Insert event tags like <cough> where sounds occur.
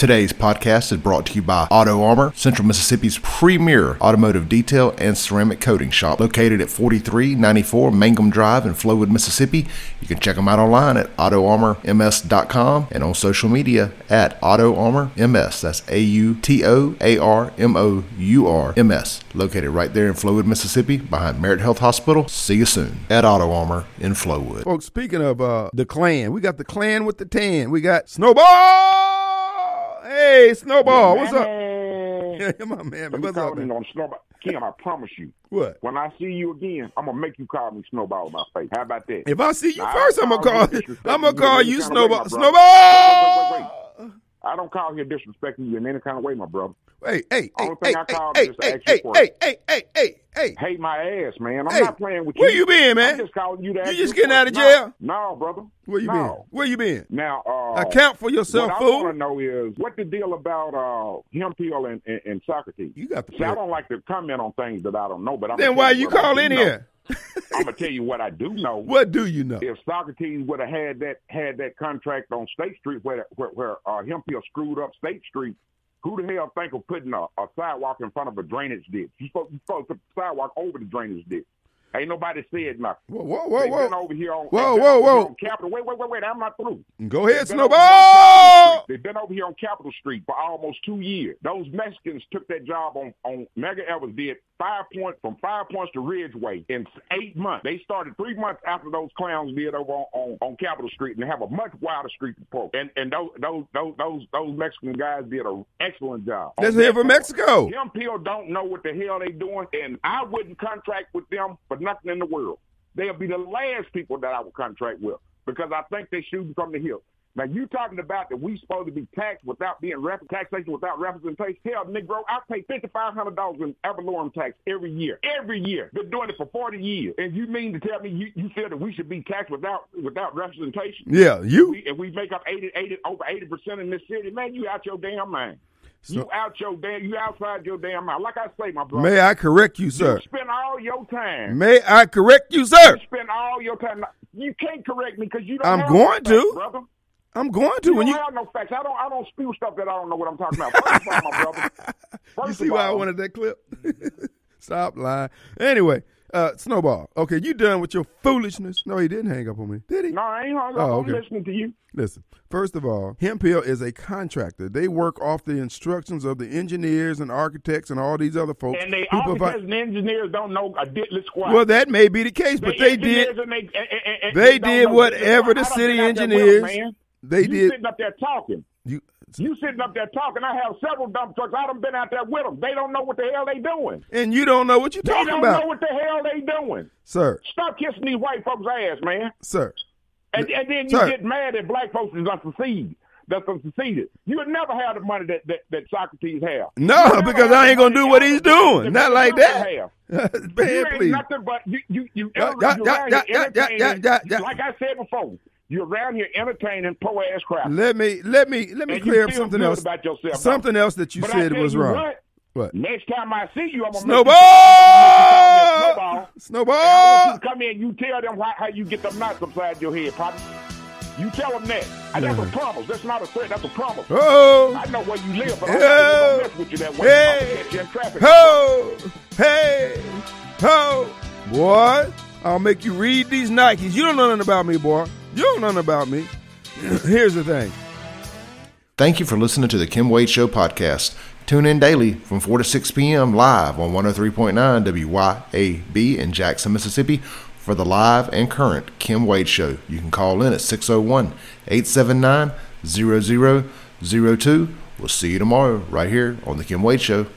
Today's podcast is brought to you by Auto Armor, Central Mississippi's premier automotive detail and ceramic coating shop, located at 4394 Mangum Drive in Flowood, Mississippi. You can check them out online at autoarmorms.com and on social media at AutoArmorMS. That's A U T O A R M O U R M S, located right there in Flowood, Mississippi, behind Merritt Health Hospital. See you soon at Auto Armor in Flowood. Folks, speaking of uh, the clan, we got the clan with the tan. We got Snowball. Hey, Snowball, what's up? Man, <laughs> Yeah, my man. Oh, let me What's call up, in man? on Snowball. Kim, I promise you, What? when I see you again, I'm gonna make you call me Snowball in my face. How about that? If I see you Nah, first, I'm gonna call. disrespecting I'm gonna you in call any you kind of way, my Snowball. brother. Wait, wait, Snowball. I don't call here disrespecting you in any kind of way, my brother. Hey, hey, hey, Only hey, thing I called hey, is to hey, ask you hey, for hey, it. hey, hey, hey, hey. Hate my ass, man. I'm Hey, not playing with you. where you been, man? I'm just calling you to You ask just you getting for it. out of jail? No, no, brother. Where you no. been? Where you been? Now, uh, Account for yourself, what I fool. want to know is what the deal about uh, Hempel and, and, and Socrates. You got the See, I pill. don't like to comment on things that I don't know, but I'm Then why you call in here? I'm gonna tell you what I do know. What do you know? if Socrates would have had that had that contract on State Street where where, where uh, Hempel screwed up State Street, who the hell think of putting a, a sidewalk in front of a drainage ditch? You supposed, you supposed to put the sidewalk over the drainage ditch. Ain't nobody said nothing. Whoa, whoa, whoa, They've been whoa. over here on Whoa, they've been whoa, over here whoa. on Capitol. Wait, wait, wait, wait! I'm not through. Go ahead, They've been over here on Capitol Snowball. Street. They've been over here on Capitol Street for almost two years. Those Mexicans took that job on on Mega Evers did five points from five points to Ridgeway in eight months. They started three months after those clowns did over on, on, on Capitol Street, and they have a much wider street to poke. And and those those those those, those Mexican guys did an excellent job. Let's hear from Mexico. Them people don't know what the hell they doing, and I wouldn't contract with them for nothing in the world. They'll be the last people that I would contract with because I think they're shooting from the hip. Now you talking about that we supposed to be taxed without being rep- taxation without representation? Hell, Negro, I pay fifty five hundred dollars in ad valorem tax every year. Every year, been doing it for forty years, and you mean to tell me you, you feel that we should be taxed without without representation? Yeah, you. we, if we make up 80, 80 over eighty percent in this city, man, you out your damn mind. you out your damn, you outside your damn mind. Like I say, my brother, May I correct you, you sir? spend all your time. May I correct you, sir? You spend all your time. You can't correct me because you don't. I'm have going no facts, to. brother. I'm going to You when you. don't have no facts. I don't. I don't spew stuff that I don't know what I'm talking about. First of all, my brother. First <laughs> You of see why I all, wanted that clip? <laughs> Stop lying. Anyway, uh, Snowball. Okay, you done with your foolishness? No, he didn't hang up on me, did he? No, I ain't hung up. Oh, okay. I'm listening to you. Listen, first of all, Hempel is a contractor. They work off the instructions of the engineers and architects and all these other folks. And they who architects provide- and engineers don't know a ditless squat. well, that may be the case, but they did. engineers and they, and- and- and- They and don't did know whatever the ditless squat. I done city been out there engineers- with 'em, man. They you did. sitting up there talking. You, You sitting up there talking. I have several dump trucks. I done been out there with them. They don't know what the hell they doing. and you don't know what you're They talking don't about, know what the hell they doing. sir. Stop kissing these white folks' ass, man. Sir, And, and then you Sir. get mad at black folks that done succeed. That done succeeded. You would never have the money that, that, that Socrates have. No, You never because have I the ain't gonna do money what he's doing. that Not like Socrates that. <laughs> have. man, You ain't please. nothing but you you you, Yeah, yeah, you yeah, around yeah, here yeah, yeah, entertaining- yeah, yeah. Like I said before, you're around here entertaining poor ass crap. Let me let me let me And you clear up feel something good else. about yourself, don't something else that you But I said tell was you wrong. what, What? Next time I see you, I'm gonna Make you call me Snowball! a snowball. And I Snowball! want you to come in. You tell them how, how you get them knots upside your head, partner. You tell them that. And that's a promise. That's not a threat. That's a promise. Oh! I know where you live, but I'm Yeah. not gonna mess with you that way. I'm Hey! gonna catch you in traffic. Ho! Hey! Ho! Boy, I'll make you read these Nikes. You don't know nothing about me, boy. You don't know nothing about me. <clears throat> Here's the thing. Thank you for listening to the Kim Wade Show podcast. Tune in daily from 4 to 6 p.m. live on 103.9 WYAB in Jackson, Mississippi for the live and current Kim Wade Show. You can call in at 601 879 0002. We'll see you tomorrow right here on the Kim Wade Show.